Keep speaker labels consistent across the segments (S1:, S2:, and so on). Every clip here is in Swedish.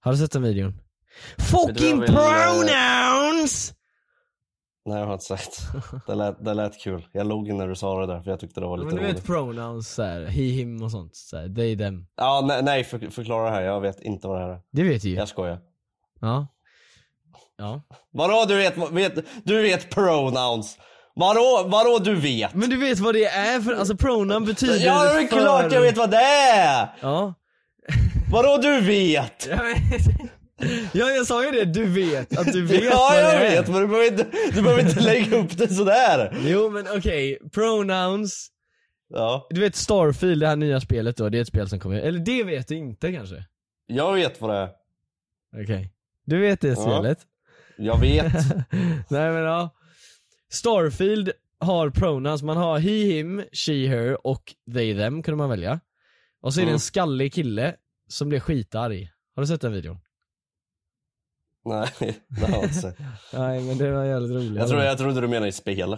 S1: Har du sett den videon?
S2: var
S1: Fucking
S2: väl, eh,
S1: pronouns!
S2: Nej jag har inte sett. Det lät, det lät kul. Jag log när du sa det där för jag tyckte det var
S1: Men
S2: lite
S1: du vet
S2: roligt.
S1: pronouns såhär, he, him och sånt. Såhär, they, them.
S2: Ja, nej, nej för, förklara det här. Jag vet inte vad det här är.
S1: Det vet du ju.
S2: Jag skojar.
S1: Ja. Ja.
S2: Vadå du vet, vet, du vet pronouns? Vadå, vadå du vet?
S1: Men du vet vad det är för, alltså pronoun betyder
S2: Ja det är
S1: för...
S2: klart jag vet vad det är!
S1: Ja.
S2: Vadå du vet?
S1: Ja, men- ja jag sa ju det, du vet att du vet
S2: Ja
S1: vad
S2: jag
S1: det
S2: vet
S1: är.
S2: men du behöver inte, du behöver inte lägga upp det sådär.
S1: Jo men okej, pronouns.
S2: Ja.
S1: Du vet Starfield, det här nya spelet då, det är ett spel som kommer, eller det vet du inte kanske?
S2: Jag vet vad det är.
S1: Okej. Du vet det spelet?
S2: Jag vet.
S1: Nej men ja. Starfield har pronouns, man har he, him, she, her och they, them kunde man välja. Och så är det
S2: Mm.
S1: en skallig kille som blir skitarg. Har du sett den videon?
S2: Nej, det har jag inte sett.
S1: Nej men det var jävligt roligt.
S2: Jag, tror, jag trodde du menade i spel.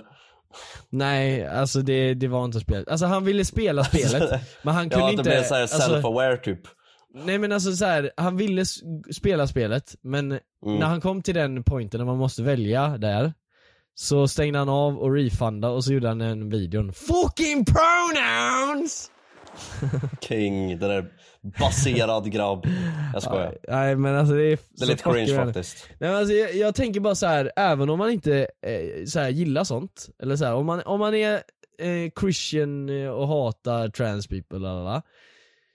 S1: Nej, alltså det, det var inte spelet. Alltså han ville spela spelet, men han kunde
S2: Ja, att det
S1: inte...
S2: blev såhär
S1: alltså,
S2: self-aware typ.
S1: nej men alltså så här, han ville s- spela spelet, men
S2: Mm.
S1: när han kom till den pointen när man måste välja där, så stängde han av och refunda och så gjorde han en videon. Fucking pronouns!
S2: King, den där baserad grabb. Jag skojar.
S1: Nej men alltså det är...
S2: Det är lite cringe faktiskt.
S1: Nej, men alltså, jag, jag tänker bara så här, även om man inte eh, så här, gillar sånt, eller så här, om, man, om man är eh, Christian eh, och hatar trans people, lalala,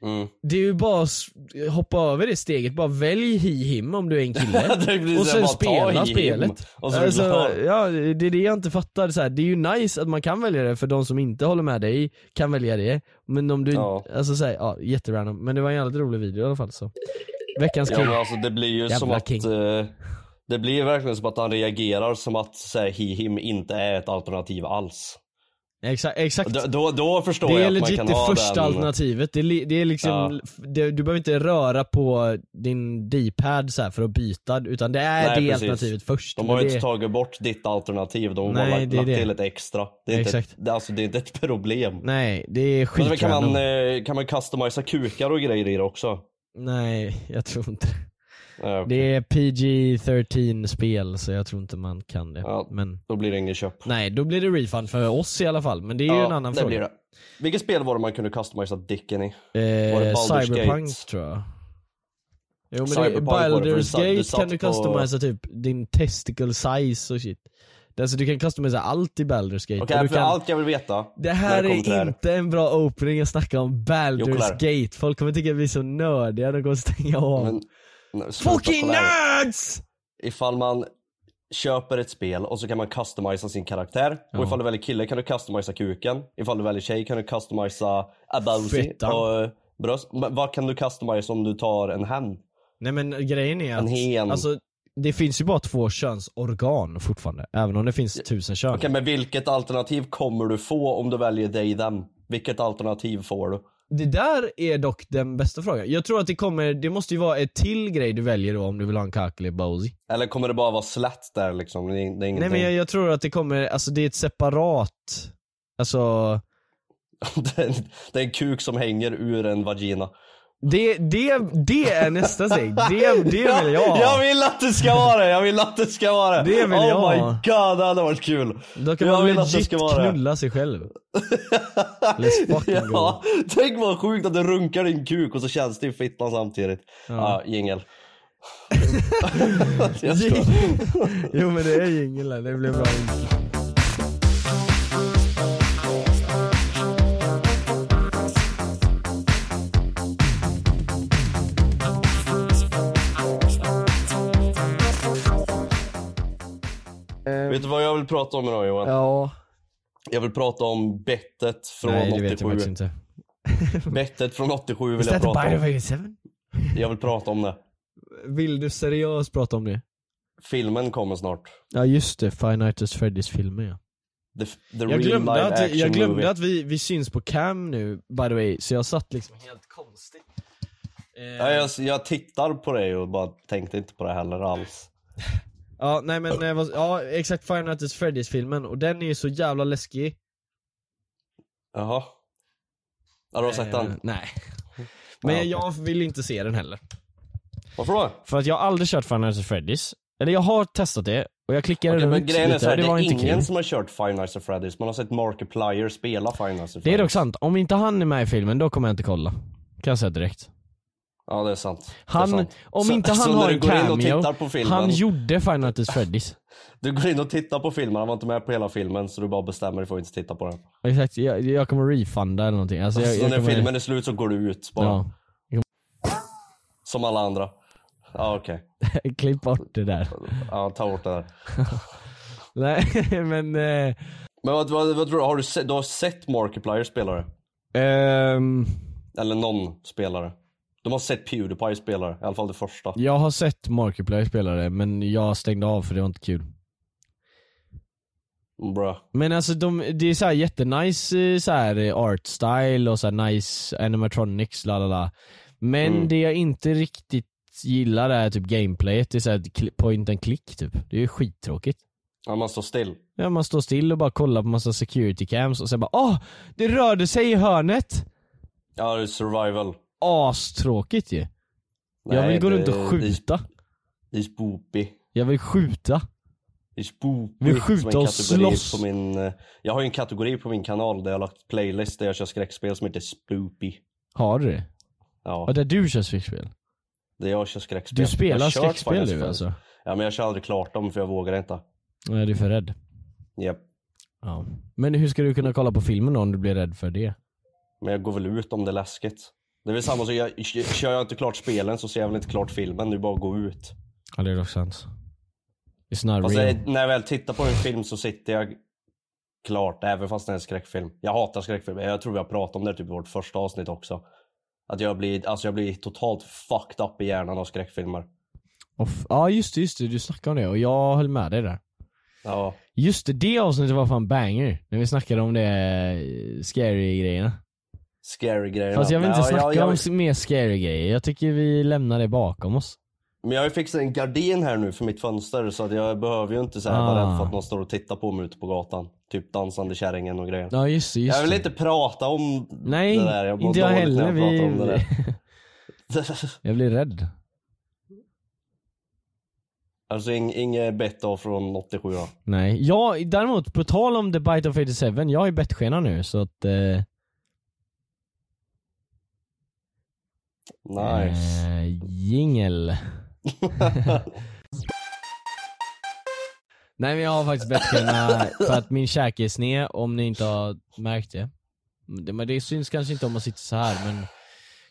S2: Mm.
S1: det är ju bara s- hoppa över det steget, bara välj he-him om du är en kille.
S2: Det blir
S1: och
S2: så här,
S1: sen
S2: bara
S1: spela
S2: ta i
S1: spelet.
S2: him. Och så är du
S1: Alltså,
S2: glad.
S1: ja, det är det jag inte fattar. Så här, det är ju nice att man kan välja det för de som inte håller med dig kan välja det. Men om du
S2: Ja.
S1: alltså så här, ja, jätterandom. Men det var en jävligt rolig video i alla fall så. Veckans
S2: Ja
S1: kul.
S2: men alltså det blir ju som
S1: Jävla
S2: att
S1: king.
S2: eh, Det blir ju verkligen som att han reagerar som att såhär, he him inte är ett alternativ alls.
S1: Exa, exakt.
S2: Då, då, då förstår
S1: Det är
S2: jag att man
S1: legit
S2: kan
S1: det
S2: ha
S1: första
S2: den.
S1: alternativet. Det är, li- det är liksom,
S2: Ja.
S1: f- det, du behöver inte röra på din D-pad så här för att byta, utan det är
S2: Nej,
S1: det
S2: precis.
S1: alternativet först.
S2: De
S1: Men
S2: har ju
S1: det-
S2: inte tagit bort ditt alternativ, de har
S1: Nej,
S2: bara lagt,
S1: det är
S2: lagt
S1: det.
S2: till ett extra. Det är, inte,
S1: Exakt.
S2: det, alltså, det är inte ett problem.
S1: Nej, det är
S2: Men så kan
S1: skitrandom.
S2: man, eh, kan man customisa kukar och grejer i det också?
S1: Nej, jag tror inte
S2: Eh,
S1: Det är PG-13 spel så jag tror inte man kan det.
S2: Ja.
S1: Men
S2: Då blir det ingen köp.
S1: nej, då blir det refund för oss i alla fall. Men det är ju en annan
S2: det
S1: fråga.
S2: Blir det. Vilket spel var det man kunde customisa dicken i? Var det
S1: Eh,
S2: Baldur's
S1: Cyberpunk
S2: Gate?
S1: tror jag. Jo men
S2: Cyberpunk
S1: det,
S2: var det, för du
S1: Baldur's
S2: satt- du
S1: Gate
S2: satt
S1: kan du
S2: på-
S1: customisa typ din testicle size och shit. Alltså du kan customisa allt i Baldur's Gate.
S2: Okej,
S1: och du
S2: för
S1: kan...
S2: allt jag vill veta.
S1: Det
S2: när
S1: här
S2: kommer till det
S1: är inte en bra opening att snacka om
S2: Jo, kolla
S1: Baldur's
S2: här.
S1: Gate. Folk kommer tycka att vi är så nördiga, de kommer stänga av.
S2: Men, nej, sluta,
S1: Fucking
S2: kolla här.
S1: nerds!
S2: Ifall man köper ett spel och så kan man customisa sin karaktär.
S1: Ja.
S2: Och ifall du väljer kille kan du customisa kuken. Ifall du väljer tjej kan du customisa abousi
S1: Fittan.
S2: och eh, bröst. Men vad kan du customisa om du tar en hen?
S1: Nej men grejen är
S2: En
S1: att
S2: hen.
S1: alltså, det finns ju bara två könsorgan fortfarande. Även om det finns tusen kön.
S2: Okej, men vilket alternativ kommer du få om du väljer dig dem? Vilket alternativ får du?
S1: Det där är dock den bästa frågan. Jag tror att det kommer, det måste ju vara ett till grej du väljer då om du vill ha en kakel i Bowsy.
S2: Eller kommer det bara vara slätt där liksom? Det är, det är ingenting.
S1: Nej men jag, jag tror att det kommer, alltså det är ett separat, alltså
S2: det, är en, det är en kuk som hänger ur en vagina.
S1: det, det, det är nästa steg. Det, det vill jag
S2: Jag
S1: ha.
S2: vill att det ska vara det! Jag vill att det ska vara det!
S1: Det vill
S2: oh
S1: jag.
S2: my god, det hade varit kul!
S1: Då kan
S2: jag
S1: man
S2: vill att det
S1: legit
S2: ska vara det.
S1: knulla sig själv. Let's fucking
S2: Ja, tänk vad sjukt att du runkar din kuk och så känns det i fittan samtidigt. Ja, jingel. jag skojar.
S1: go. Jo men det är jingel här, det blir bra.
S2: Vet du vad jag vill prata om idag Johan?
S1: Ja,
S2: Jag vill prata om bettet från
S1: nej det vet jag
S2: 87.
S1: faktiskt inte.
S2: Bettet från 87 vill
S1: Is
S2: jag
S1: that
S2: prata
S1: the
S2: om.
S1: Bite of 87?
S2: Jag vill prata om det.
S1: Vill du seriöst prata om det?
S2: Filmen kommer snart.
S1: Ja just det, Five Nights at Freddy's filmen ja.
S2: The, f- the
S1: Jag
S2: real
S1: glömde,
S2: live
S1: att,
S2: action
S1: jag glömde
S2: movie.
S1: att vi, vi syns på cam nu by the way, så jag satt liksom helt konstigt. Eh,
S2: Ja, jag, jag tittar på dig och bara tänkte inte på det heller alls.
S1: ja, nej men, eh, vad- ja exakt Five Nights at Freddy's filmen och den är ju så jävla läskig.
S2: Jaha. Ja, du har sett
S1: Eh,
S2: den?
S1: Nej.
S2: Ja,
S1: Men
S2: okej.
S1: jag vill inte se den heller.
S2: Varför då?
S1: För att jag har aldrig kört Five Nights at Freddy's. Eller jag har testat det och jag klickade
S2: Okej, men
S1: runt
S2: grejen är
S1: lite,
S2: så här, det
S1: det var
S2: är
S1: inte
S2: ingen
S1: kul.
S2: som har kört Five Nights at Freddy's. Man har sett Markiplier spela Five Nights at Freddy's.
S1: Det är dock sant, om inte han är med i filmen då kommer jag inte kolla. Kan jag säga direkt.
S2: Ja, det är sant. det är
S1: Han,
S2: sant.
S1: om
S2: Så-
S1: inte han
S2: så när
S1: har
S2: du
S1: en
S2: går in och
S1: cameo,
S2: tittar på filmen,
S1: han gjorde Five Nights at Freddy's.
S2: Du går in och tittar på filmen, han var inte med på hela filmen så du bara bestämmer dig för att inte titta på den.
S1: Exakt, jag, jag kommer refunda eller någonting. Alltså, jag,
S2: så
S1: jag
S2: när
S1: kommer,
S2: filmen är slut så går du ut bara.
S1: Ja,
S2: Som alla andra. Ja okej.
S1: klipp bort det där.
S2: Ja, ta bort det där.
S1: Nej men, eh,
S2: Men vad, vad, vad tror du? Har du, sett, du har sett Markiplier spelare?
S1: ehm,
S2: Eller någon spelare? De har sett Pewdiepie spelare, i alla fall det första.
S1: jag har sett Markiplier spela det men jag stängde av för det var inte kul.
S2: Bra.
S1: Men alltså de, det är så här jättenice eh, så här eh, art style och så här nice animatronics la la la. Men
S2: Mm.
S1: det jag inte riktigt gillar är typ gameplayet, det är så här kli- point and click typ. Det är ju skittråkigt.
S2: Ja, man står still.
S1: Ja, man står still och bara kollar på massa security cams och sen bara åh, det rörde sig i hörnet!
S2: Ja, det är survival.
S1: Astråkigt ju. jag
S2: Nej,
S1: vill gå
S2: det-
S1: runt och
S2: Det är,
S1: skjuta.
S2: det är spoopy.
S1: Jag vill skjuta.
S2: Det är spoopy.
S1: Vi
S2: som
S1: skjuter
S2: en
S1: och
S2: kategori
S1: slåss.
S2: På min, eh, jag har ju en kategori på min kanal där jag har lagt playlist där jag kör skräckspel som heter spoopy.
S1: Har du det? Ja,
S2: Ja,
S1: där du kör skräckspel.
S2: det jag kör skräckspel.
S1: Du
S2: Jag har
S1: spelar
S2: kört
S1: skräckspel
S2: faktiskt
S1: du
S2: förut.
S1: alltså?
S2: Ja, men jag kör aldrig klart dem för jag vågar inte.
S1: Nej, du är för rädd.
S2: Japp.
S1: Ja. Men hur ska du kunna kolla på filmen då om du blir rädd för det?
S2: Men jag går väl ut om det är läskigt. Det är väl samma som, jag, kör jag inte klart spelen så ser jag väl inte klart filmen, nu bara att gå ut.
S1: Ja, det är dock sant. It's not
S2: Fast
S1: real.
S2: jag, Alltså, när jag väl tittar på en film så sitter jag klart, även fast det är en skräckfilm. Jag hatar skräckfilmer, jag tror vi har pratat om det typ i vårt första avsnitt också. Att jag blir, alltså jag blir totalt fucked up i hjärnan av skräckfilmer.
S1: Off. Ja, just det, just det. Du snackade om det och jag höll med dig där.
S2: Ja,
S1: Just det, det avsnittet var fan banger. När vi snackade om det eh, scary grejerna.
S2: scary grejer.
S1: Fast jag vill inte
S2: ja,
S1: snacka
S2: jag, jag,
S1: om mer scary grejer. Jag tycker vi lämnar det bakom oss.
S2: Men jag har ju fixat en gardin här nu för mitt fönster så att jag behöver ju inte så här vara
S1: Ah.
S2: rädd för att någon står och tittar på mig ute på gatan. Typ dansande kärringen och grejer.
S1: Ja, just det, just
S2: Jag vill
S1: det.
S2: inte prata om
S1: Nej,
S2: det där. Jag mår
S1: inte jag
S2: dåligt när
S1: heller.
S2: jag
S1: Vi...
S2: pratar om det där.
S1: jag blir rädd.
S2: alltså ing, inget bett av från 87 då.
S1: Nej. Jag, däremot, på tal om The Bite of 87, jag är bettskena nu så att... Eh,
S2: Nice.
S1: eh, jingel. Nej men jag har faktiskt bettskena för att min käke är sned om ni inte har märkt det. Men det- Men det syns kanske inte om man sitter så här men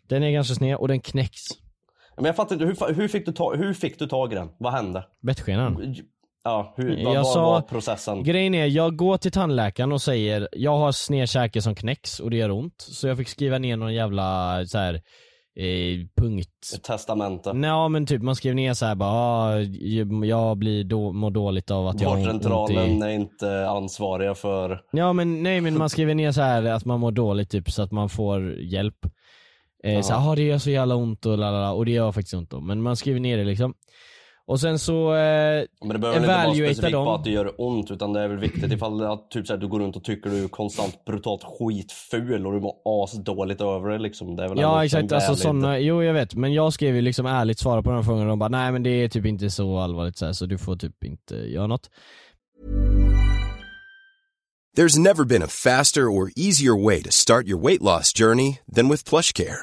S1: den är ganska sned och den knäcks.
S2: Men jag fattar inte, hur, fa- hur, fick du ta, hur fick du tag i den? Vad hände?
S1: Bettskenan.
S2: Ja, hur,
S1: Mm. Jag
S2: vad,
S1: sa-
S2: vad var processen?
S1: Grejen är, jag går till tandläkaren och säger jag har sned käke som knäcks och det gör ont. Så jag fick skriva ner någon jävla så här, eh, punkt
S2: Ett Testamente.
S1: Nej men typ man skrev ner så här bara, ah, jag blir då, mår dåligt av att jag har ont i...
S2: Vårdcentralen är inte ansvariga för...
S1: Ja men nej men man skriver ner så här att man mår dåligt typ så att man får hjälp. Eh, så här, ah, det gör så jävla ont och lalala, och det gör faktiskt ont då. Men man skriver ner det liksom. Och sen så, eh,
S2: Men det behöver väl inte vara
S1: Evaluata
S2: specifikt
S1: dem.
S2: på att det gör ont utan det är väl viktigt ifall det, att typ så här, du går runt och tycker du är konstant brutalt skitful och du mår asdåligt över det liksom. Det är väl ändå
S1: ja
S2: en
S1: exakt alltså
S2: väldigt-
S1: sådana, jo jag vet. Men jag skrev ju liksom ärligt svara på de här frågorna och de bara nej men det är typ inte så allvarligt så, här, så du får typ inte göra något.
S3: There's never been a faster or easier way to start your weight loss journey than with PlushCare.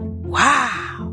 S4: Wow.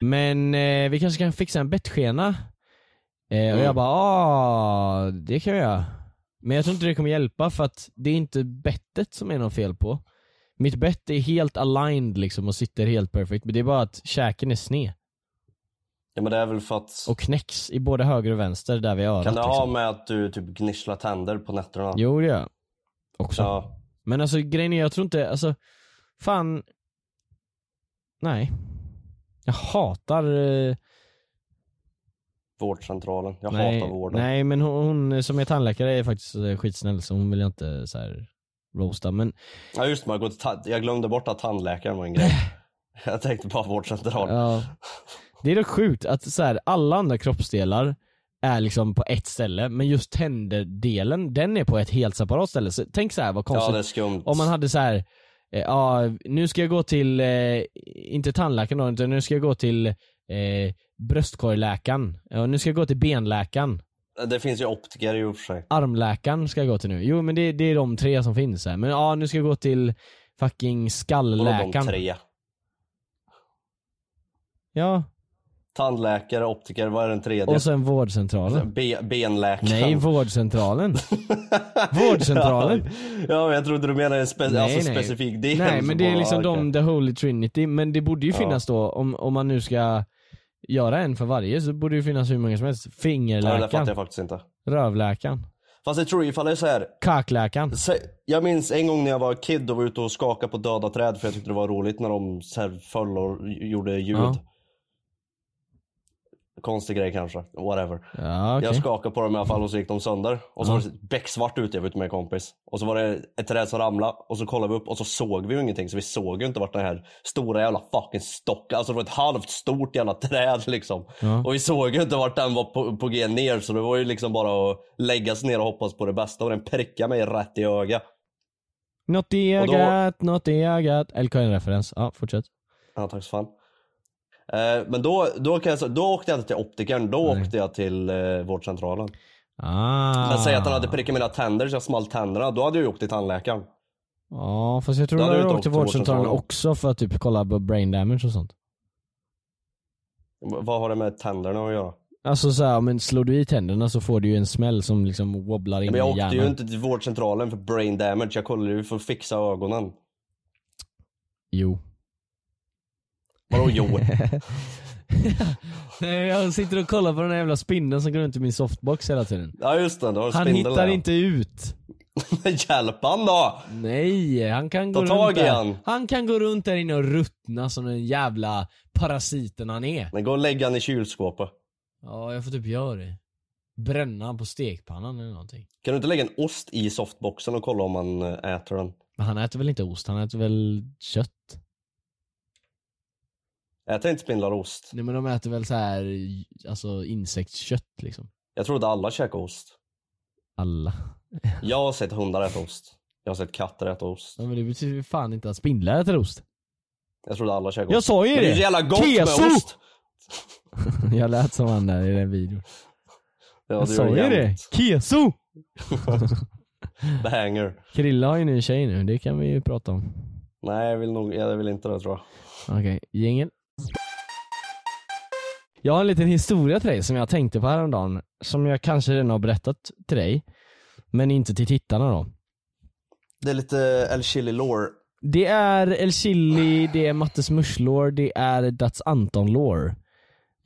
S1: Men eh, vi kanske kan fixa en bettskena. Eh,
S2: Mm.
S1: Och jag bara, ah, det kan jag göra. Men jag tror inte det kommer hjälpa för att det är inte bettet som är något fel på. Mitt bett är helt aligned liksom och sitter helt perfekt. Men det är bara att käken är sned
S2: Ja men det är väl för att...
S1: och knäcks i både höger och vänster där vi örat.
S2: kan det
S1: liksom.
S2: ha med att du typ gnisslar tänder på nätterna?
S1: Jo det gör jag. Också.
S2: Ja.
S1: Men alltså grejen är, jag tror inte, alltså, fan. Nej. Jag hatar eh,
S2: Vårdcentralen. Jag
S1: nej,
S2: hatar vården.
S1: Nej men hon, hon som är tandläkare är faktiskt eh, skitsnäll så hon vill jag inte så här roasta men
S2: Ja just det, man går till ta- jag glömde bort att tandläkaren var en grej. jag tänkte bara vårdcentral.
S1: ja. Det är dock sjukt att så här, alla andra kroppsdelar är liksom på ett ställe men just tänderdelen den är på ett helt separat ställe. Så tänk så här vad
S2: Ja
S1: konstigt
S2: det är skumt.
S1: Om man hade så här, eh, ja nu ska jag gå till, eh, inte tandläkaren då, utan nu ska jag gå till eh, bröstkorgläkaren, Ja, nu ska jag gå till benläkaren,
S2: Det finns ju optiker i och för sig.
S1: armläkaren ska jag gå till nu. Jo men det, det är de tre som finns här. Men ja, nu ska jag gå till fucking
S2: Vadå de
S1: skallläkaren.
S2: tre?
S1: Ja,
S2: Tandläkare, optiker, vad är den tredje?
S1: och sen vårdcentralen.
S2: Be- benläkaren.
S1: Nej, vårdcentralen.
S2: Alltså,
S1: vårdcentralen.
S2: ja men jag trodde du menade en spe- alltså specifik del.
S1: Nej men
S2: som
S1: det är
S2: bara-
S1: liksom
S2: okej.
S1: de, the holy trinity, men det borde ju finnas då, om, om man nu ska göra en för varje så borde det ju finnas hur många som helst.
S2: Ja, det där fattar
S1: Fingerläkaren,
S2: jag faktiskt inte.
S1: rövläkaren,
S2: Fast jag tror ifall det är så här.
S1: kakläkaren.
S2: Sä- Jag minns en gång när jag var kid och var ute och skakade på döda träd för jag tyckte det var roligt när de så här föll och gjorde ljud.
S1: Ja.
S2: Konstig grej kanske, whatever.
S1: Ja, okej.
S2: Jag skakade på dem i alla fall och så gick de sönder. Och så var det becksvart ute, jag var ute med en kompis. Och så var det ett träd som ramlade och så kollade vi upp och så såg vi ju ingenting. Så vi såg ju inte vart den här stora jävla fucking stocken, alltså det var ett halvt stort jävla träd liksom.
S1: Ja.
S2: Och vi såg ju inte vart den var på, på G ner så det var ju liksom bara att lägga sig ner och hoppas på det bästa. Och den prickade mig rätt i ögat.
S1: Något i
S2: Och då-
S1: ögat, något i ögat. LKN-referens. Ja, fortsätt.
S2: Ja, tack så fan. Eh, men då, då, kan jag, säga- då åkte jag inte till optikern, då
S1: Nej.
S2: åkte jag till eh, vårdcentralen.
S1: Ah.
S2: Men säg att han hade prickat mina tänder så jag small tänderna, då hade jag ju åkt till tandläkaren.
S1: Ja, fast jag tror
S2: Då
S1: att
S2: hade
S1: du
S2: du inte
S1: åkte till
S2: åkt till
S1: vårdcentralen
S2: vårdcentralen.
S1: också för att typ kolla på brain damage och sånt.
S2: V- Vad har det med tänderna att göra?
S1: Alltså såhär, men slår du i tänderna så får du ju en smäll som liksom wobblar in
S2: Men jag
S1: i
S2: åkte
S1: hjärnan.
S2: ju inte till vårdcentralen för brain damage, jag kollade ju för att fixa ögonen.
S1: Jo.
S2: Vadå jo?
S1: Nej, jag sitter och kollar på den här jävla spindeln som går runt i min softbox hela tiden.
S2: ja just det, då har du
S1: Han
S2: spindel
S1: hittar
S2: där.
S1: inte ut.
S2: Hjälp han då!
S1: Nej, han kan
S2: Ta
S1: gå
S2: tag
S1: runt
S2: i
S1: där.
S2: han.
S1: Han kan gå runt där inne och ruttna som den jävla parasiten han är.
S2: Men gå och lägg han i kylskåpet.
S1: Ja, jag får typ göra det. Bränna han på stekpannan eller någonting.
S2: Kan du inte lägga en ost i softboxen och kolla om han eh, äter den?
S1: Men han äter väl inte ost, han äter väl kött?
S2: Äter inte spindlar ost?
S1: Nej men de äter väl så här, alltså insektskött liksom.
S2: Jag trodde alla käkade ost.
S1: Alla.
S2: Jag har sett hundar äta ost. Jag har sett katter äta ost.
S1: Ja, men det betyder ju fan inte att spindlar äter ost.
S2: Jag trodde alla käkade
S1: Jag
S2: ost.
S1: sa ju
S2: Men det är
S1: det.
S2: ju jävla gott
S1: Keso!
S2: med ost!
S1: Jag lät som han där i den videon.
S2: Ja,
S1: Jag
S2: det
S1: sa ju
S2: gör
S1: det.
S2: jämt.
S1: Keso!
S2: Banger.
S1: Krilla har ju nu en tjej nu, det kan vi ju prata om.
S2: Nej, jag vill, nog, jag vill inte det tror jag.
S1: Okej, jingel. Jag har en liten historia till dig som jag tänkte på häromdagen. Som jag kanske redan har berättat till dig. Men inte till tittarna då.
S2: Det är lite El Chili Lore.
S1: Det är El Chili, det är Mattes Musch-lår, det är Dats Anton-lår.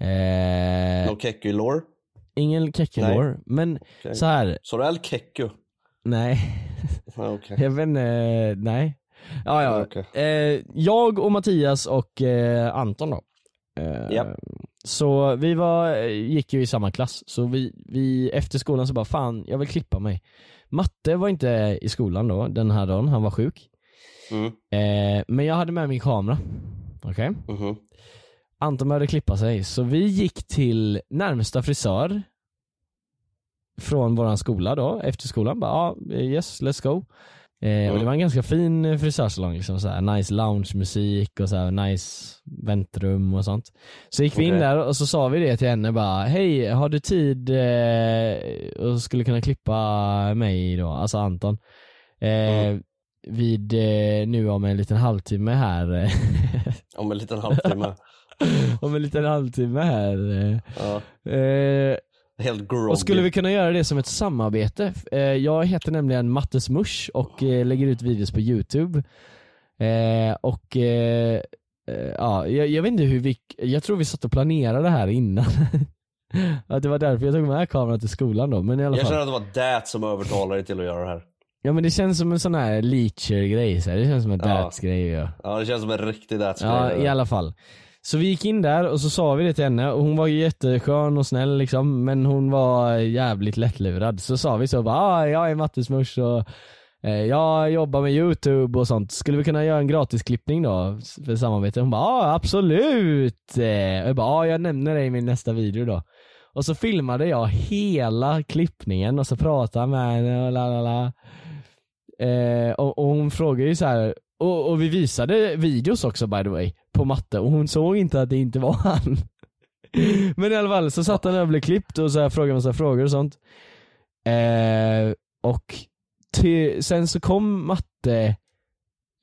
S1: Eh,
S2: No Keku Lore.
S1: Ingen Kekke-lår, men
S2: Okej.
S1: så här.
S2: Så det är El Keku?
S1: nej.
S2: Ja, Okej.
S1: Jag vet inte, nej. Ja, ja.
S2: Okej.
S1: Eh, jag och Mattias och eh, Anton då. Eh,
S2: Japp.
S1: Så vi var, eh, gick ju i samma klass, så vi, vi efter skolan så bara fan, jag vill klippa mig. Matte var inte i skolan då, den här dagen, han var sjuk.
S2: Mm.
S1: Eh, men jag hade med min kamera. Okej?
S2: Mhm.
S1: Anton började klippa sig, så vi gick till närmsta frisör från våran skola då, efter skolan. Bara, ja, yes, let's go. Eh, och det var en ganska fin frisörsalong, liksom, så här, nice loungemusik och så här, nice väntrum och sånt. Så gick vi in
S2: Okej.
S1: där och så sa vi det till henne bara, hej har du tid eh, och skulle kunna klippa mig då, alltså Anton. Eh, Vid eh, nu om en liten halvtimme här. eh,
S2: Om en liten halvtimme.
S1: om en liten halvtimme här.
S2: ja.
S1: eh. Eh,
S2: Helt groggy.
S1: och skulle vi kunna göra det som ett samarbete? Eh, Jag heter nämligen Mattes Mush och eh, lägger ut videos på youtube. Eh, Och eh, eh, ja, jag, jag vet inte hur vi, jag tror vi satt och planerade det här innan. Att det var därför jag tog med kameran till skolan då, men i alla
S2: Jag känner
S1: fall.
S2: att det var det som övertalade dig till att göra det här.
S1: Ja men det känns som en sån här leacher-grej, så här. det känns som en
S2: Ja.
S1: datsgrej. Ja.
S2: Ja, det känns som en riktig det som
S1: Ja,
S2: är det.
S1: i alla fall. Så vi gick in där och så sa vi det till henne och hon var ju jätteskön och snäll liksom men hon var jävligt lättlurad. Så sa vi så bara ah, jag är Mattes mors och eh, jag jobbar med youtube och sånt. Skulle vi kunna göra en gratisklippning då för samarbete? Hon bara ah, absolut! Eh, och jag bara ah, jag nämner dig i min nästa video då. Och så filmade jag hela klippningen och så pratade med henne och la la la. Eh, och, och hon frågade ju så här. Och, och vi visade videos också by the way, på matte och hon såg inte att det inte var han. Men i alla fall så satt han där och blev klippt och så här frågade massa frågor och sånt. Eh, och till, sen så kom matte,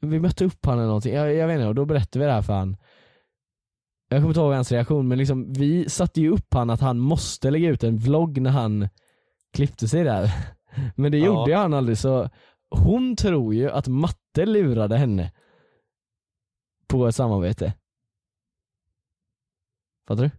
S1: vi mötte upp han eller någonting, jag, jag vet inte, och då berättade vi det här för han. Jag kommer inte ihåg hans reaktion men liksom, vi satte ju upp han att han måste lägga ut en vlogg när han klippte sig där. Men det
S2: Ja.
S1: gjorde ju han aldrig så hon tror ju att matte lurade henne på ett samarbete. Fattar du?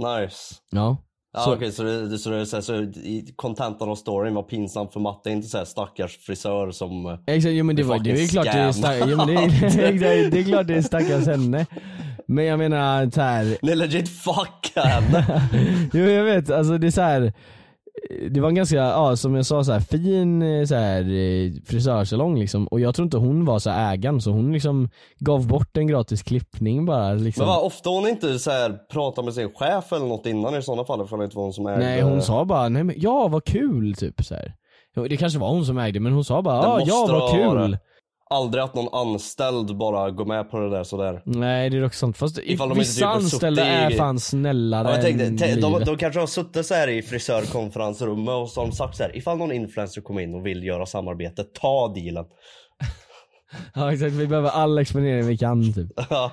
S2: Nice.
S1: Ja.
S2: Ja,
S1: Så-
S2: okej, så, det, det- så, det, är så, här, så i kontentan av storyn var pinsamt för matte, inte så här stackars frisör som... eh,
S1: Exakt, jo men det,
S2: Det är
S1: var, det är
S2: fucking
S1: klart det är,
S2: scam.
S1: stack, jo, men det, är, det är klart det är stackars henne. Men jag menar så här,
S2: Nej legit fuck henne!
S1: jo jag vet, alltså det är så här. Det var en ganska, ja, som jag sa, så här, fin eh, så här, eh, frisörsalong liksom. Och jag tror inte hon var så här ägaren så hon liksom gav bort en gratis klippning bara. Liksom.
S2: Men vad, ofta hon inte så här, pratar med sin chef eller något innan i sådana fall ifall det inte var hon som ägde...
S1: Nej hon sa bara, nej men ja vad kul typ så här. Jo, Det kanske var hon som ägde men hon sa bara,
S2: Det
S1: ah,
S2: måste
S1: ja
S2: det
S1: vad
S2: vara.
S1: kul.
S2: Aldrig att någon anställd bara går med på det där sådär.
S1: Nej det är också sant. Fast
S2: Ifall de inte
S1: vissa
S2: typ har suttit
S1: anställda
S2: i-
S1: är fan snällare
S2: Ja, jag tänkte,
S1: än
S2: tä- de,
S1: livet.
S2: de kanske har suttit så här i frisörkonferensrummet och så har de sagt så här, ifall någon influencer kommer in och vill göra samarbete, ta dealen.
S1: Ja exakt, vi behöver all exponering vi kan typ.
S2: Ja.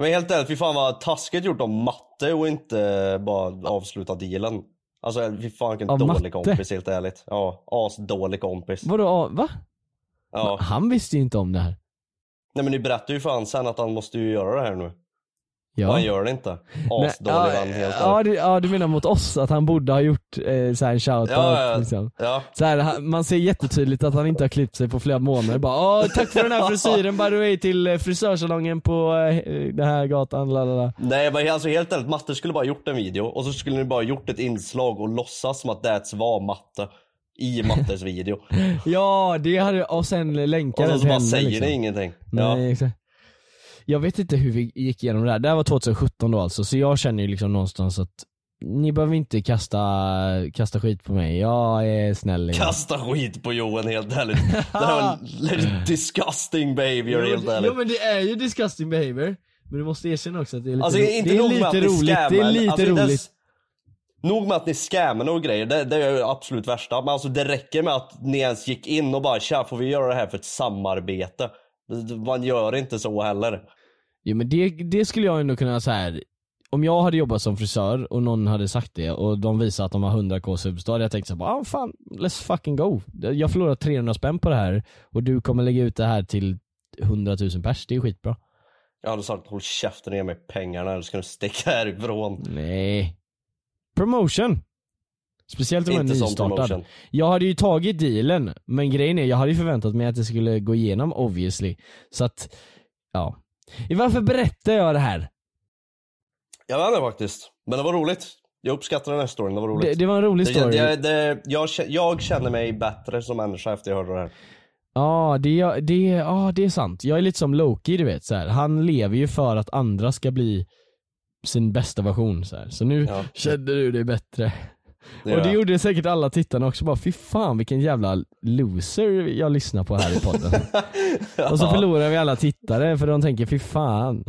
S2: Men helt ärligt, fy fan vad taskigt gjort av matte och inte bara avsluta dealen. Alltså fy fan vilken
S1: Av
S2: dålig
S1: matte?
S2: kompis helt ärligt. Ja, asdålig kompis.
S1: Vadå, ah, va?
S2: Ja.
S1: Han visste ju inte om det här.
S2: Nej men ni berättar ju fan sen att han måste ju göra det här nu.
S1: Ja.
S2: Och han gör det inte. Asdålig
S1: Nej,
S2: vän helt
S1: ja,
S2: ärligt.
S1: du, ja du menar mot oss, att han borde ha gjort eh, så här en shoutout
S2: Ja, ja.
S1: liksom.
S2: Ja.
S1: Så här, han- man ser jättetydligt att han inte har klippt sig på flera månader. Bara Åh, tack för den här frisyren by the way till eh, frisörsalongen på eh, den här gatan, lalala.
S2: Nej men alltså helt ärligt, matte skulle bara gjort en video och så skulle ni bara gjort ett inslag och låtsas som att det var matte. I mattes video.
S1: Ja, det hade, och sen länkar
S2: och
S1: den
S2: så, så
S1: till
S2: bara
S1: henne,
S2: säger
S1: liksom.
S2: ni ingenting. Ja.
S1: Nej, exakt. Jag vet inte hur vi gick igenom det här. Det här var 2017 då alltså, så jag känner ju liksom någonstans att ni behöver inte kasta, kasta skit på mig. Jag är snäll. liksom.
S2: Kasta skit på Johan helt ärligt. Det här var legit disgusting behavior
S1: Jo,
S2: helt
S1: men- Jo
S2: ärligt.
S1: men det är ju disgusting behavior. Men du måste erkänna också att det är lite,
S2: Alltså inte
S1: det är
S2: nog med att
S1: lite
S2: ni
S1: roligt.
S2: scammar.
S1: Det är lite
S2: alltså,
S1: roligt.
S2: dess- Nog med att ni scammar och grejer, det, det är ju absolut värsta. Men alltså det räcker med att ni ens gick in och bara tja, får vi göra det här för ett samarbete? Man gör inte så heller.
S1: Jo men det, det skulle jag ändå kunna så här. Om jag hade jobbat som frisör och någon hade sagt det och de visade att de har 100k subs, då hade jag tänkt såhär ah, fan, let's fucking go. Jag förlorar 300 spänn på det här och du kommer lägga ut det här till 100 000 pers, det är skitbra.
S2: Jag hade sagt håll käften och ge mig pengarna eller ska du sticka härifrån.
S1: Nej. Promotion! Speciellt om jag är
S2: Inte sån
S1: nystartad.
S2: promotion.
S1: Jag hade ju tagit dealen, men grejen är jag hade ju förväntat mig att det skulle gå igenom obviously. Så att, ja. Varför berättar jag det här?
S2: Jag vet inte faktiskt. Men det var roligt. Jag uppskattar den här storyn, det var roligt.
S1: Det, det var en rolig
S2: Det,
S1: story.
S2: det, det, jag, kä- jag känner mig bättre som människa efter jag hörde det här.
S1: Ja, det, är- det, är- ja, det är sant. Jag är lite som Loki du vet. Så här. Han lever ju för att andra ska bli sin bästa version så här. Så nu
S2: Ja.
S1: kände du dig bättre. och
S2: Det
S1: det
S2: gör jag.
S1: gjorde säkert alla tittarna också bara, fy fan vilken jävla loser jag lyssnar på här i podden. Och så förlorar vi alla tittare för de tänker, fy fan.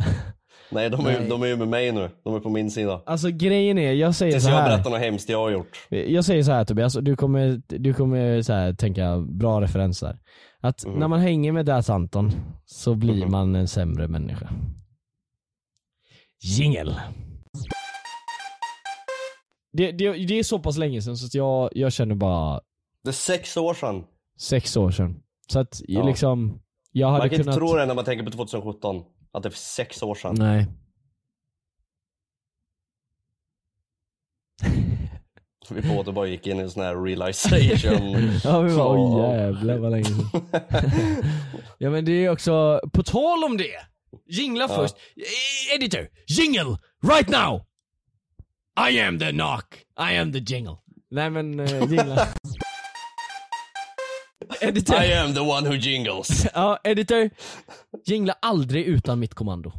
S2: Nej, de är, ju-
S1: Nej.
S2: de är ju med mig nu. De är på min sida.
S1: Alltså grejen är, jag säger
S2: Tills
S1: så
S2: jag
S1: här.
S2: berättar något hemskt jag har gjort.
S1: Jag säger så här Tobias, och du kommer, du kommer så här, tänka bra referenser. Att
S2: Mhm.
S1: när man hänger med Das Anton så blir man en sämre människa. Jingel. Det, det, det är så pass länge sedan så att jag, jag känner bara
S2: Det är sex år sedan.
S1: sex år sedan. Så att
S2: Ja.
S1: liksom, jag hade
S2: Man kan
S1: kunnat...
S2: inte tro det när man tänker på 2017. Att det är sex år sedan.
S1: Nej.
S2: Vi båda bara gick in i en sån här realization.
S1: Ja vi bara, oj
S2: Ja.
S1: jävlar vad länge sedan. Ja men det är också, på tal om det! Jingla
S2: Ja.
S1: först. Eh, Editor, jingle! Right now! I am the knock, I am the jingle. Nej men, eh, jingla. editor,
S2: I am the one who jingles.
S1: ja editor. Jingla aldrig utan mitt kommando.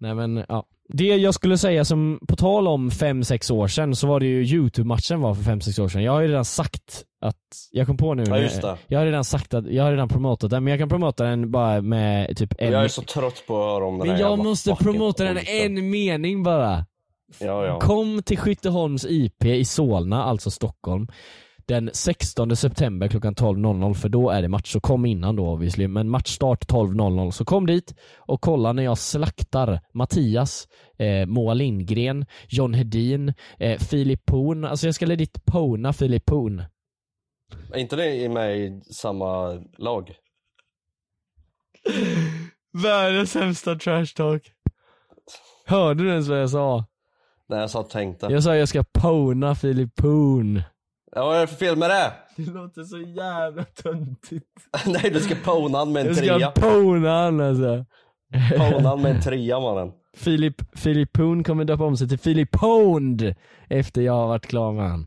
S1: Nej men, ja. Det jag skulle säga som, på tal om 5-6 år sedan, så var det ju YouTube-matchen var för 5-6 år sedan. Jag har ju redan sagt att, jag kom på nu,
S2: Ja, just det.
S1: jag har redan sagt att, jag har redan promotat den, men jag kan promota den bara med typ en
S2: Jag är så trött på att höra om den
S1: men
S2: här
S1: jag
S2: jävla
S1: måste
S2: fucking
S1: promota den
S2: skiten.
S1: en mening bara.
S2: Ja, ja.
S1: Kom till Skytteholms IP i Solna, alltså Stockholm, den 16 september klockan 12.00 för då är det match. Så kom innan då obviously, men matchstart 12.00. Så kom dit och kolla när jag slaktar Mattias, eh, Moa Lindgren, John Hedin, eh, Filip Poon. Alltså jag ska legit pona Filip Poon.
S2: Är inte det med i samma lag?
S1: Världens sämsta trash talk. Hörde du ens vad jag sa?
S2: Nej, jag sa tänkte.
S1: Jag sa jag ska pona Filip Poon.
S2: Ja, vad är det för fel med det?
S1: Det låter så jävla töntigt.
S2: Nej, du ska pona han med en
S1: Jag ska
S2: trea.
S1: pona han alltså.
S2: Pona han med en trea mannen.
S1: Filip, Filip Poon kommer döpa om sig till Filip Pond efter jag har varit klar med han.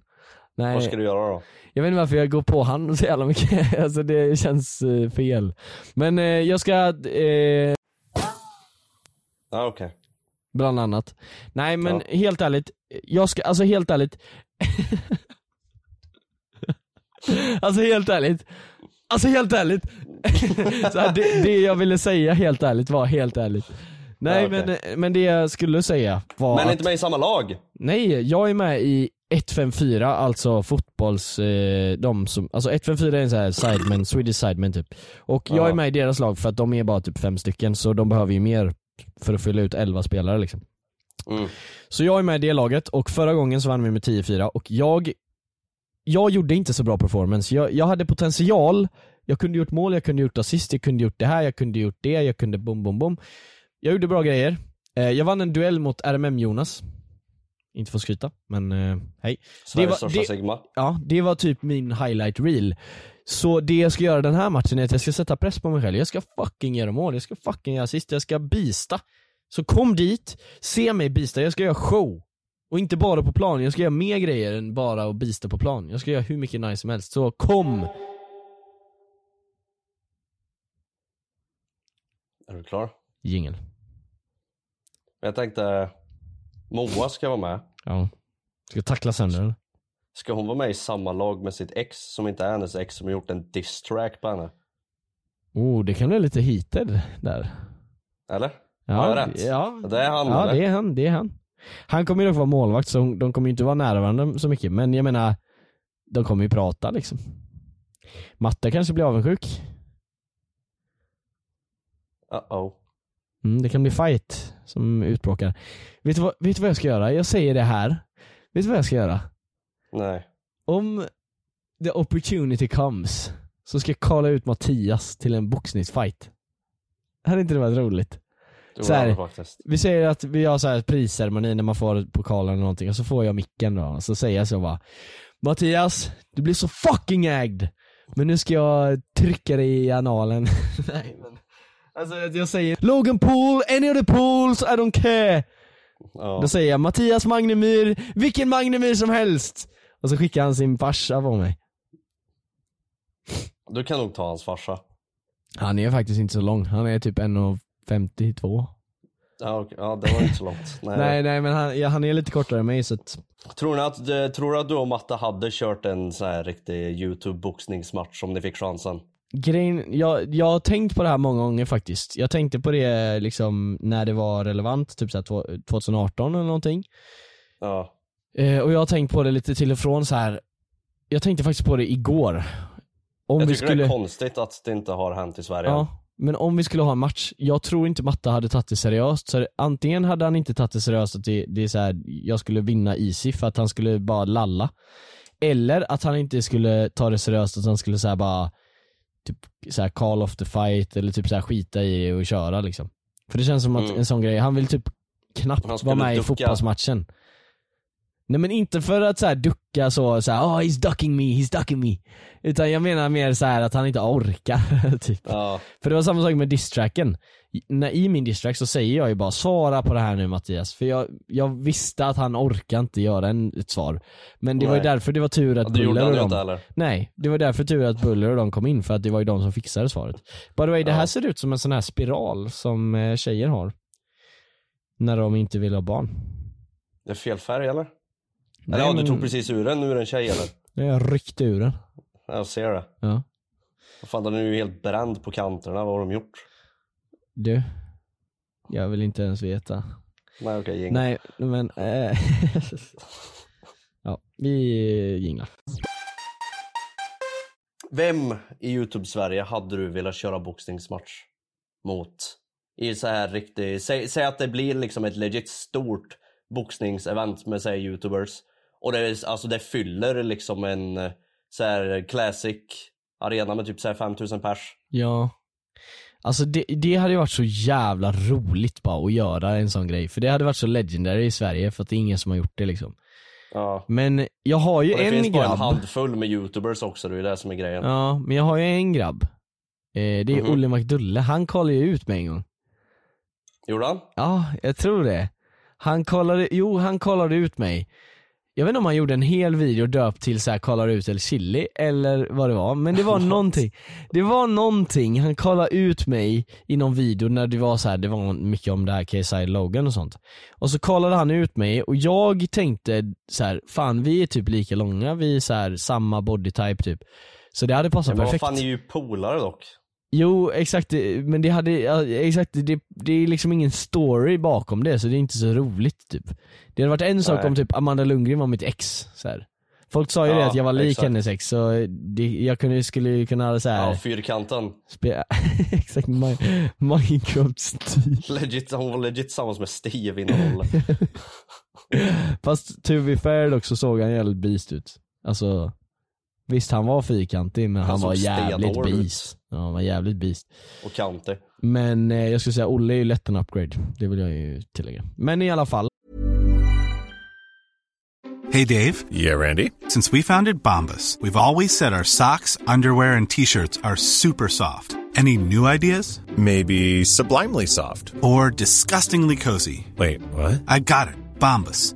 S2: Vad ska
S1: Nej,
S2: du göra då?
S1: jag vet inte varför jag går på han så jävla mycket. Alltså det känns eh, fel. Men eh, jag ska, eh,
S2: Ja, okej.
S1: bland annat. Nej men helt ärligt, jag ska, alltså helt ärligt. alltså helt ärligt. Alltså helt ärligt. så här, det, det jag ville säga helt ärligt var helt ärligt. Nej
S2: Ja, okej.
S1: men, men det jag skulle säga var
S2: Men är
S1: att,
S2: inte med i samma lag? Mm.
S1: nej jag är med i 154, alltså fotbolls, eh, de som, alltså 154 är en sån här sidemen, Swedish sidemen typ. Och jag
S2: Ja.
S1: är med i deras lag för att de är bara typ fem stycken så de behöver ju mer för att fylla ut 11 spelare liksom.
S2: Mm.
S1: Så jag är med i det laget och förra gången så vann vi med 10-4 och jag Jag gjorde inte så bra performance, jag, jag hade potential Jag kunde gjort mål, jag kunde gjort assist, jag kunde gjort det här, jag kunde gjort det, jag kunde bom bom bom Jag gjorde bra grejer Eh, Jag vann en duell mot RMM-Jonas Inte för att skryta, men eh, hej
S2: Sveriges
S1: var-
S2: största
S1: det-
S2: sigma.
S1: Ja, det var typ min highlight reel. Så det jag ska göra den här matchen är att jag ska sätta press på mig själv. Jag ska fucking göra mål, jag ska fucking göra assist, jag ska bista. Så kom dit, se mig bista, jag ska göra show. Och inte bara på plan, jag ska göra mer grejer än bara att bista på plan. Jag ska göra hur mycket nice som helst, så kom!
S2: Är du klar?
S1: Jingel.
S2: Jag tänkte, Moa ska vara med.
S1: Ja. Ska jag tackla sönder den?
S2: Ska hon vara med i samma lag med sitt ex som inte är hennes ex som har gjort en diss-track på henne?
S1: Oh, det kan bli lite heated där.
S2: Eller? Har jag rätt?
S1: ja.
S2: Det är han
S1: Ja
S2: eller?
S1: det är han, det är han. Han kommer ju dock vara målvakt så hon- de kommer ju inte vara nära varandra så mycket men jag menar de kommer ju prata liksom. Matte kanske blir avundsjuk.
S2: Uh-oh.
S1: Mm, det kan bli fight som utbråkar. Vet du, vad, vet du vad jag ska göra? Jag säger det här. Vet du vad jag ska göra?
S2: Nej.
S1: Om the opportunity comes så ska jag kalla ut Mattias till en boxningsfight. Hade inte det varit roligt?
S2: Det
S1: Så
S2: var
S1: här.
S2: det faktiskt.
S1: Vi säger att vi har så här prisceremoni när man får pokalen eller någonting och så får jag micken då och så säger jag så bara Mattias, du blir så fucking ägd! Men nu ska jag trycka dig i analen. Nej men. Alltså att jag säger Logan Paul, any of the pools, I don't care.
S2: Ja.
S1: Då säger jag Mattias Magnemyr, vilken Magnemyr som helst. Och så skickar han sin farsa på mig.
S2: Du kan nog ta hans farsa.
S1: Han är faktiskt inte så lång, han är typ 1,52.
S2: Ja, okej. ja, det var inte så långt. Nej.
S1: Nej nej men han, ja, han är lite kortare än mig så att,
S2: Tror, ni att, eh, tror du att du och Matte hade kört en så här riktig YouTube-boxningsmatch om ni fick chansen?
S1: grejen, jag, jag har tänkt på det här många gånger faktiskt. Jag tänkte på det liksom när det var relevant, typ så här två- 2018 eller någonting.
S2: Ja.
S1: Eh, och jag har tänkt på det lite till och från så här. jag tänkte faktiskt på det igår. Om
S2: Jag
S1: vi
S2: tycker
S1: skulle...
S2: det är konstigt att det inte har hänt i Sverige.
S1: Ja, men om vi skulle ha en match, jag tror inte Matta hade tagit det seriöst. Så det- antingen hade han inte tagit det seriöst att det, det är så här, jag skulle vinna easy för att han skulle bara lalla. Eller att han inte skulle ta det seriöst att han skulle så här bara typ så här call off the fight eller typ så här skita i det och köra liksom. För det känns som att
S2: Mm.
S1: en sån grej, han vill typ
S2: Han
S1: knappt vara
S2: skulle
S1: med i
S2: ducka.
S1: fotbollsmatchen. Nej men inte för att så här ducka så, så här, oh, he's ducking me, he's ducking me. Utan jag menar mer så här att han inte orkar typ.
S2: Ja.
S1: För det var samma sak med distracken. I, när- I min distrack så säger jag ju bara svara på det här nu Mattias, för jag, jag visste att han orkar inte göra en, ett svar. Men det var ju
S2: Nej.
S1: därför det var tur att
S2: Det gjorde
S1: Buller
S2: han ju
S1: och
S2: inte
S1: dem...
S2: heller.
S1: Nej, det var därför tur att Buller och de kom in, för att det var ju de som fixade svaret. By the way, det här ser ut som en sån här spiral som eh, tjejer har. När de inte vill ha barn.
S2: Det är fel färg eller?
S1: Nej,
S2: eller ja,
S1: men-
S2: du tog precis ur den, nu är det en tjej eller?
S1: Jag ryckte ur den.
S2: Jag ser det.
S1: Ja.
S2: Vad fan, den är ju helt bränd på kanterna. Vad har de gjort?
S1: Du. Jag vill inte ens veta.
S2: Nej okej, gäng.
S1: Nej, men... Eh, ja, vi jinglar.
S2: Vem i Youtube-Sverige hade du velat köra boxningsmatch mot? I så här riktig, säg, säg att det blir liksom ett legit stort boxningsevent med säg Youtubers. Och det, är- alltså det fyller liksom en eh, så här classic arena med typ så här 5000 pers.
S1: Ja. Alltså det, det hade ju varit så jävla roligt bara att göra en sån grej. För det hade varit så legendary i Sverige för att det är ingen som har gjort det liksom.
S2: Ja.
S1: Men jag har ju
S2: Och det
S1: en
S2: finns bara en
S1: grabb.
S2: handfull med Youtubers också, det är ju det som är grejen.
S1: ja, men jag har ju en grabb. Eh, det är
S2: Mhm.
S1: Olle McDulle. Han kollade ju ut mig en gång.
S2: Gjorde han?
S1: Ja, jag tror det. Han kollade, jo han kollade ut mig. Jag vet inte om han gjorde en hel video döpt till så här kollar ut eller chili eller vad det var, men det var någonting. Det var någonting, han kollade ut mig i någon video när det var så här, det var mycket om det här KSI Logan och sånt. Och så kollade han ut mig och jag tänkte så här, fan vi är typ lika långa, vi är så här samma bodytype typ. Så det hade passat
S2: Men vad
S1: perfekt.
S2: fan, ni är ju polare dock.
S1: Jo, exakt. det- Men det hade, ja, exakt, det, det är liksom ingen story bakom det, så det är inte så roligt typ. Det hade varit en sak
S2: Nej.
S1: om typ Amanda Lundgren var mitt ex. Så här. Folk sa ju det
S2: Ja,
S1: att jag var lik
S2: exakt.
S1: hennes ex, så det, jag kunde, skulle ju kunna så här,
S2: Ja, fyrkanten.
S1: spe- exakt, Mi- Minecraft-stil.
S2: Legit, hon var legit tillsammans med Steve innan Olle.
S1: Fast to be fair dock så såg han jävligt beast ut. Alltså, visst han var fyrkantig men han,
S2: Han
S1: var
S2: såg
S1: jävligt
S2: stenhård ut.
S1: beast. Ja, han var jävligt beast.
S2: Och Kanti.
S1: Men eh, jag skulle säga Olle är ju lätt en upgrade, det vill jag ju tillägga. Men i alla fall,
S5: Hey, Dave.
S6: Yeah, Randy.
S5: Since we founded Bombus, we've always said our socks, underwear, and t shirts are super soft. Any new ideas?
S6: Maybe sublimely soft.
S5: Or disgustingly cozy?
S6: Wait, what?
S5: I got it. Bombus.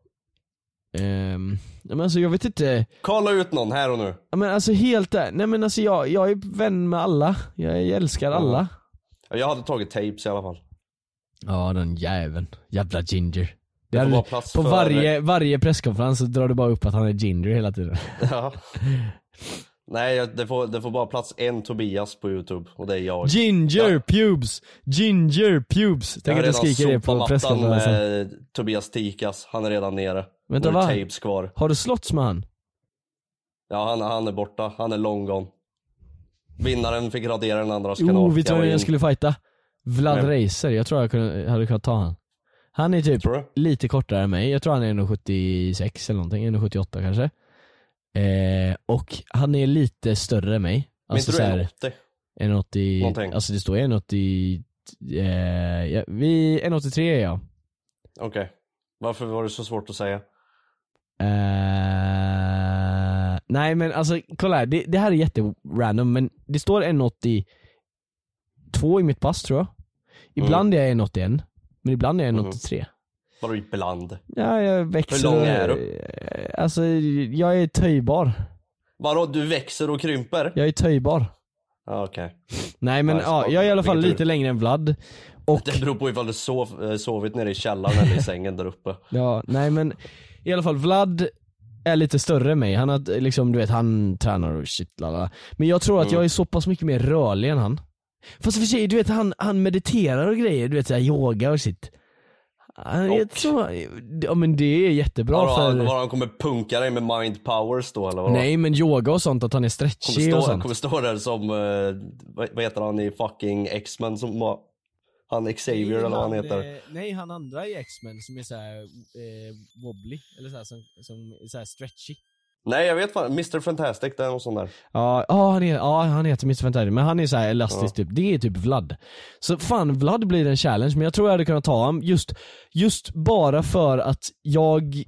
S1: Ehm, nej, men alltså jag vet inte,
S2: Kolla ut någon här och nu.
S1: Ja, men alltså helt där, nej men alltså jag, jag är vän med alla, jag älskar alla.
S2: Ja, Jag hade tagit tapes i alla fall.
S1: Ja den jäveln, jävla ginger. Det
S2: Det får
S1: hade-
S2: vara plats
S1: på
S2: för-
S1: varje, varje presskonferens så drar du bara upp att han är ginger hela tiden.
S2: Ja. Nej, jag- det får, det får bara plats en Tobias på youtube och det är jag.
S1: Ginger
S2: Ja.
S1: pubes! Ginger pubes!
S2: jag
S1: Tänk att jag skriker det på
S2: sopat eh.
S1: presskonferensen.
S2: med Tobias Tikas, han är redan nere.
S1: Vänta,
S2: nu är
S1: va?
S2: tapes kvar.
S1: Har du slåtts med han?
S2: Ja, han, han är borta. Han är long gone. Vinnaren fick radera den andras kanal.
S1: Oh, vet du vem
S2: var in-
S1: jag skulle fighta? Vlad
S2: Vem?
S1: Reiser, jag tror jag kunde, hade kunnat ta han. Han är typ
S2: Tror du?
S1: lite kortare än mig, jag tror han är 1,76 eller någonting, 1,78 kanske. Eh, och han är lite större än mig.
S2: Men
S1: Alltså
S2: inte du
S1: så här,
S2: är 80?
S1: 1,80,
S2: Någonting.
S1: alltså det står 1,80, eh, ja, vi, 1,83 är jag.
S2: Okej. Varför var det så svårt att säga?
S1: Eh, nej men alltså kolla här, det, det här är jätterandom men det står 1,82 i mitt pass tror jag. Ibland är jag 1,81 men ibland är jag 1,83.
S2: Vadå ibland?
S1: Ja, jag växer.
S2: Hur lång är
S1: du? Alltså jag är töjbar.
S2: Vadå du växer och krymper?
S1: Jag är töjbar.
S2: Ja. Okej.
S1: Nej men
S2: Nice.
S1: ja, jag är i alla fall
S2: Vilken tur.
S1: lite längre än Vlad. Och
S2: Det beror på ifall du sov, eh, sovit nere i källaren eller i sängen där uppe.
S1: Ja, nej men i alla fall Vlad är lite större än mig. Han har liksom, du vet han tränar och shit lalala. Men jag tror att
S2: Mm.
S1: jag är så pass mycket mer rörlig än han. Fast i och för sig, du vet han, han mediterar och grejer, du vet såhär yoga och shit. Han är
S2: Och?
S1: så, ja men det är jättebra
S2: Har
S1: för...
S2: han, har han kommer punka dig med mind powers då eller vadå?
S1: Nej men yoga och sånt, att han är
S2: Kommer
S1: stretchig och
S2: stå,
S1: sånt.
S2: kommer stå där som, eh, vad vad heter han i fucking X-Men som var, han Xavier eller vad han heter.
S1: Nej han andra i X-Men som är såhär wobbly, eller såhär, som, som såhär stretchy.
S2: Nej jag vet fan, Mr Fantastic, det är någon sån där.
S1: Ja, ja, han, är, ja han heter Mr. Fantastic, men han är så här elastisk typ. Det är typ Vlad. Så fan, Vlad blir en challenge, men jag tror jag hade kunnat ta honom just, just bara för att jag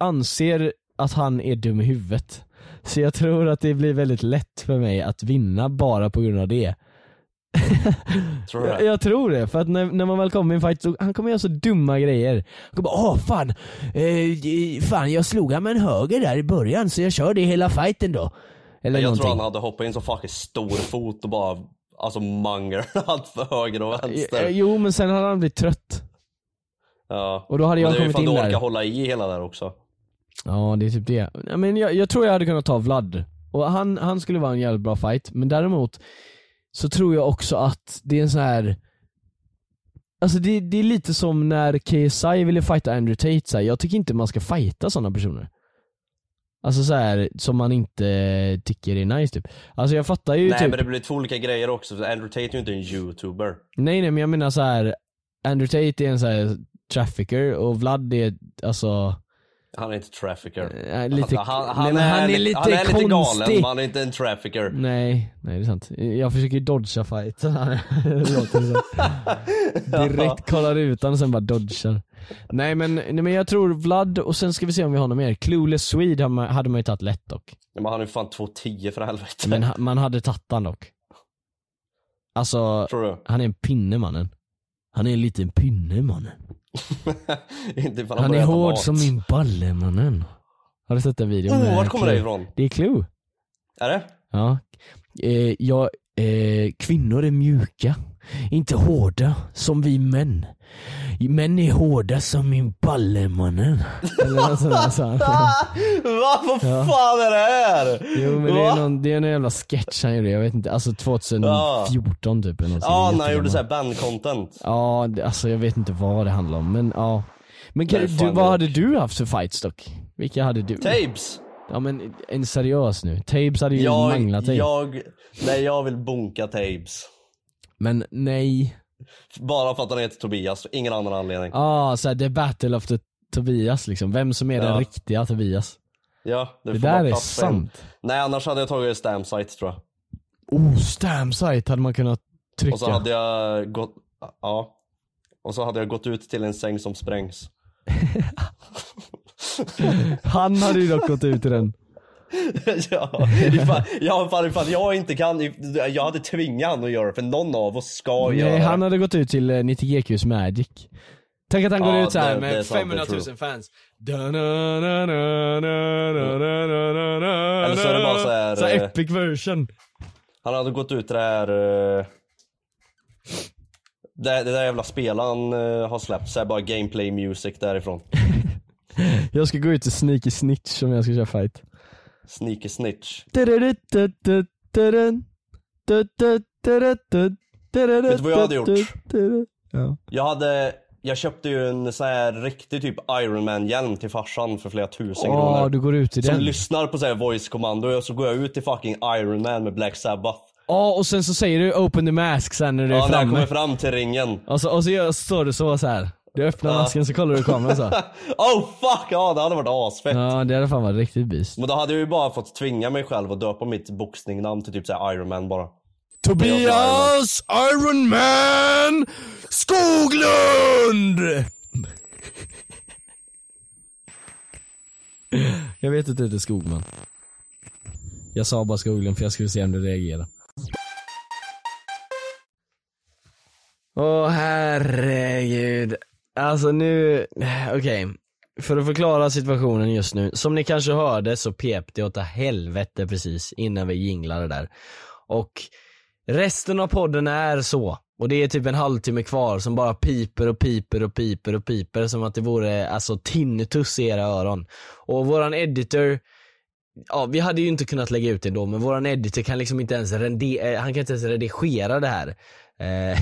S1: anser att han är dum i huvudet. Så jag tror att det blir väldigt lätt för mig att vinna bara på grund av det.
S2: Tror du
S1: jag,
S2: det?
S1: jag tror det, för att när, när man väl kommer i en fight så han kommer göra så dumma grejer. Han kommer bara åh fan, eh, fan jag slog han med en höger där i början så jag kör det hela fighten då. Eller
S2: Jag
S1: någonting.
S2: tror han hade hoppat in som fucking stor fot och bara, alltså manger allt för höger och
S1: Eh,
S2: vänster.
S1: Jo men sen hade han blivit trött.
S2: Ja.
S1: Och då hade jag
S2: Men det är ju
S1: kommit in
S2: fan du
S1: där.
S2: orkar hålla i hela där också.
S1: Ja det är typ det. Ja, Men jag, jag tror jag hade kunnat ta Vlad. Och han, han skulle vara en jävligt bra fight. Men däremot så tror jag också att det är en sån här Alltså det, det är lite som när KSI ville fighta Andrew Tate så här. jag tycker inte man ska fighta sådana personer. Alltså så här som man inte tycker är nice typ. Alltså jag fattar ju
S2: Nej
S1: typ
S2: men det blir två olika grejer också, Andrew Tate är ju inte en youtuber.
S1: Nej nej men jag menar så här. Andrew Tate är en så här trafficker och Vlad är alltså
S2: Han är inte trafficker.
S1: Eh, lite-
S2: Alltså, han, han,
S1: nej, men
S2: är,
S1: han är
S2: li-
S1: lite
S2: han är lite galen
S1: konstig. Mm.
S2: men han är inte en trafficker.
S1: Nej, nej det är sant. Jag försöker ju dodga fighten här. Det låter så. Direkt kollar utan och sen bara dodgar. Nej men, nej men jag tror Vlad och sen ska vi se om vi har någon mer. Clueless Swede hade man, hade man ju tagit lätt dock.
S2: Men han är fan 2,10 för helvete.
S1: Men ha, man hade tagit han dock. Alltså,
S2: Tror du?
S1: han är en pinne mannen. Han är en liten pinne mannen.
S2: inte ifall han,
S1: Han
S2: börjar
S1: är
S2: äta
S1: hård
S2: mat.
S1: som min balle mannen. Har du sett den videon?
S2: Oh,
S1: med
S2: vart kommer det
S1: Clue?
S2: ifrån?
S1: Det är Clue.
S2: Är det?
S1: Ja. Eh, jag, eh, kvinnor är mjuka, inte hårda som vi män. Män är hårda som min ballemannen. Eller något sånt där, sa han.
S2: Va? Vad fan är det här?
S1: Jo men det
S2: Va?
S1: är, någon, det är någon jävla sketch han gjorde, jag vet inte, alltså 2014 typ eller något sånt.
S2: Ja,
S1: Det är
S2: när han gjorde
S1: jättegammalt.
S2: såhär bandcontent.
S1: Ja, det, alltså jag vet inte vad det handlar om men ja. Men kan,
S2: Nej, fan,
S1: du, vad
S2: det-
S1: hade du haft för fights dock? Vilka hade du?
S2: Tapes!
S1: Ja men en seriös nu, Tabes hade ju
S2: Jag,
S1: manglat dig.
S2: jag, nej jag vill bunka Tapes.
S1: Men nej.
S2: Bara för att han heter Tobias, ingen annan anledning.
S1: Ja, ah, såhär the battle of the Tobias liksom. Vem som är den
S2: Ja.
S1: riktiga Tobias.
S2: Ja, det,
S1: Det
S2: får vara
S1: där är
S2: plats för en.
S1: sant.
S2: Nej annars hade jag tagit Stamsite tror jag.
S1: Oh, stamsite hade man kunnat trycka.
S2: Och så hade jag gått, ja. Och så hade jag gått ut till en säng som sprängs.
S1: Han hade ju dock gått ut i den.
S2: ja, ifall, ja ifall, ifall jag inte kan, if- jag hade tvingat han att göra det för någon av oss ska göra
S1: Nej,
S2: det.
S1: han hade gått ut till eh, 90GQs Magic. Tänk att han går
S2: Ja,
S1: ut såhär
S2: det- det är
S1: med
S2: sant, det
S1: 500
S2: tror
S1: 000
S2: jag.
S1: fans. Eller
S2: Eller så är det bara så här,
S1: Så här
S2: eh,
S1: epic version.
S2: Han hade gått ut det här... eh, Det, det där jävla spelaren eh, har släppt, så här bara gameplay music därifrån.
S1: Jag ska gå ut och sneaky snitch om jag ska köra fight.
S2: Sneaky snitch.
S1: Vet
S2: du vad jag hade gjort?
S1: Ja.
S2: Jag hade Jag köpte ju en så här riktig typ Iron Man-hjälm till farsan för flera tusen
S1: Åh,
S2: kronor.
S1: du går ut i
S2: som
S1: den.
S2: lyssnar på så här voice commando och så går jag ut i fucking Iron Man med Black Sabbath.
S1: Ja, och sen så säger du 'open the mask' sen när du
S2: Ja,
S1: är
S2: när jag
S1: framme.
S2: kommer fram till ringen.
S1: Och så, och så gör, så står du så, så här. Du öppnar masken så kollar du i kameran så.
S2: Oh fuck! Ja, det hade varit asfett.
S1: Ja, det hade fan varit riktigt beast.
S2: Men då hade jag ju bara fått tvinga mig själv att döpa mitt boxningnamn till typ så här Iron Man bara.
S1: Tobias Iron Man Skoglund! Jag vet att det heter Skogman. Jag sa bara Skoglund för jag skulle se om du reagerade. Åh herregud. Alltså nu, okej. För att förklara situationen just nu. Som ni kanske hörde så pep det åt helvete precis innan vi jinglade där. Och resten av podden är så. Och det är typ en halvtimme kvar som bara piper och piper och piper och piper som att det vore alltså tinnitus i era öron. Och våran editor, ja vi hade ju inte kunnat lägga ut det då men våran editor kan liksom inte ens, rende- eh, han kan inte ens redigera det här. Eh,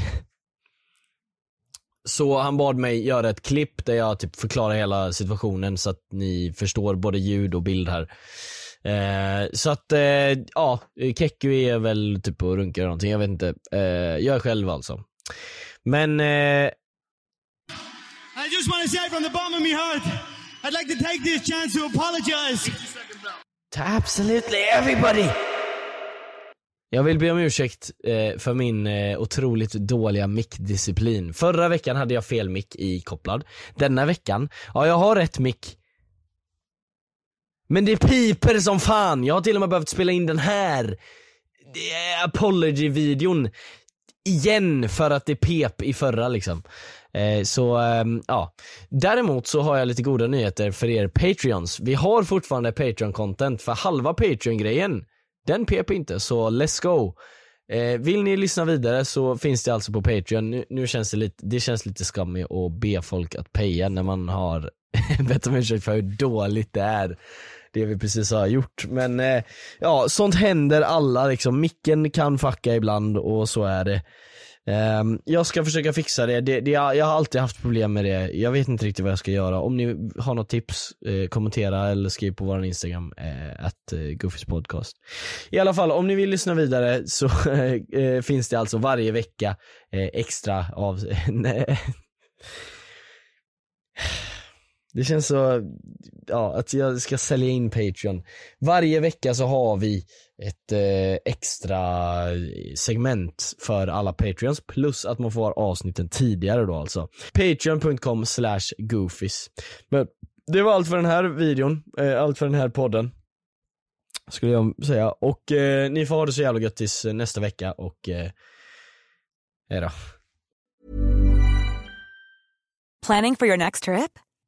S1: så han bad mig göra ett klipp där jag typ förklarar hela situationen så att ni förstår både ljud och bild här. Eh, så att, eh, ja, Kekku är väl typ och runkar eller någonting, jag vet inte. Eh, jag är själv alltså. Men, eh,
S7: I just want to say from the bottom of my heart, I'd like to take this chance to apologize.
S1: to absolutely everybody! Jag vill be om ursäkt eh, för min eh, otroligt dåliga mickdisciplin. Förra veckan hade jag fel mick i kopplad. Denna veckan, ja jag har rätt mick. Men det piper som fan. Jag har till och med behövt spela in den här eh, apology-videon igen för att det pep i förra liksom. Eh, så ehm, ja. Däremot så har jag lite goda nyheter för er Patreons. Vi har fortfarande Patreon-content för halva Patreon-grejen, den pep inte så let's go. Eh, vill ni lyssna vidare så finns det alltså på Patreon. Nu, nu känns det lite, det känns lite skammigt att be folk att paya när man har bett om ursäkt för hur dåligt det är. Det vi precis har gjort. Men eh, ja, sånt händer alla liksom. Micken kan fucka ibland och så är det. Ehm, jag ska försöka fixa det. det, det jag, jag har alltid haft problem med det. Jag vet inte riktigt vad jag ska göra. Om ni har något tips, eh, kommentera eller skriv på vår Instagram, eh, att eh, Goofys podcast. I alla fall, om ni vill lyssna vidare så eh, eh, finns det alltså varje vecka eh, extra av... Nej. Det känns så, ja, att jag ska sälja in Patreon. Varje vecka så har vi ett eh, extra eh, segment för alla Patreons, plus att man får avsnitten tidigare då alltså. Patreon.com slash goofies. Men det var allt för den här videon, eh, allt för den här podden. Skulle jag säga. Och eh, ni får ha det så jävla gött tills eh, nästa vecka och eh, hejdå.
S8: Planning for your next trip?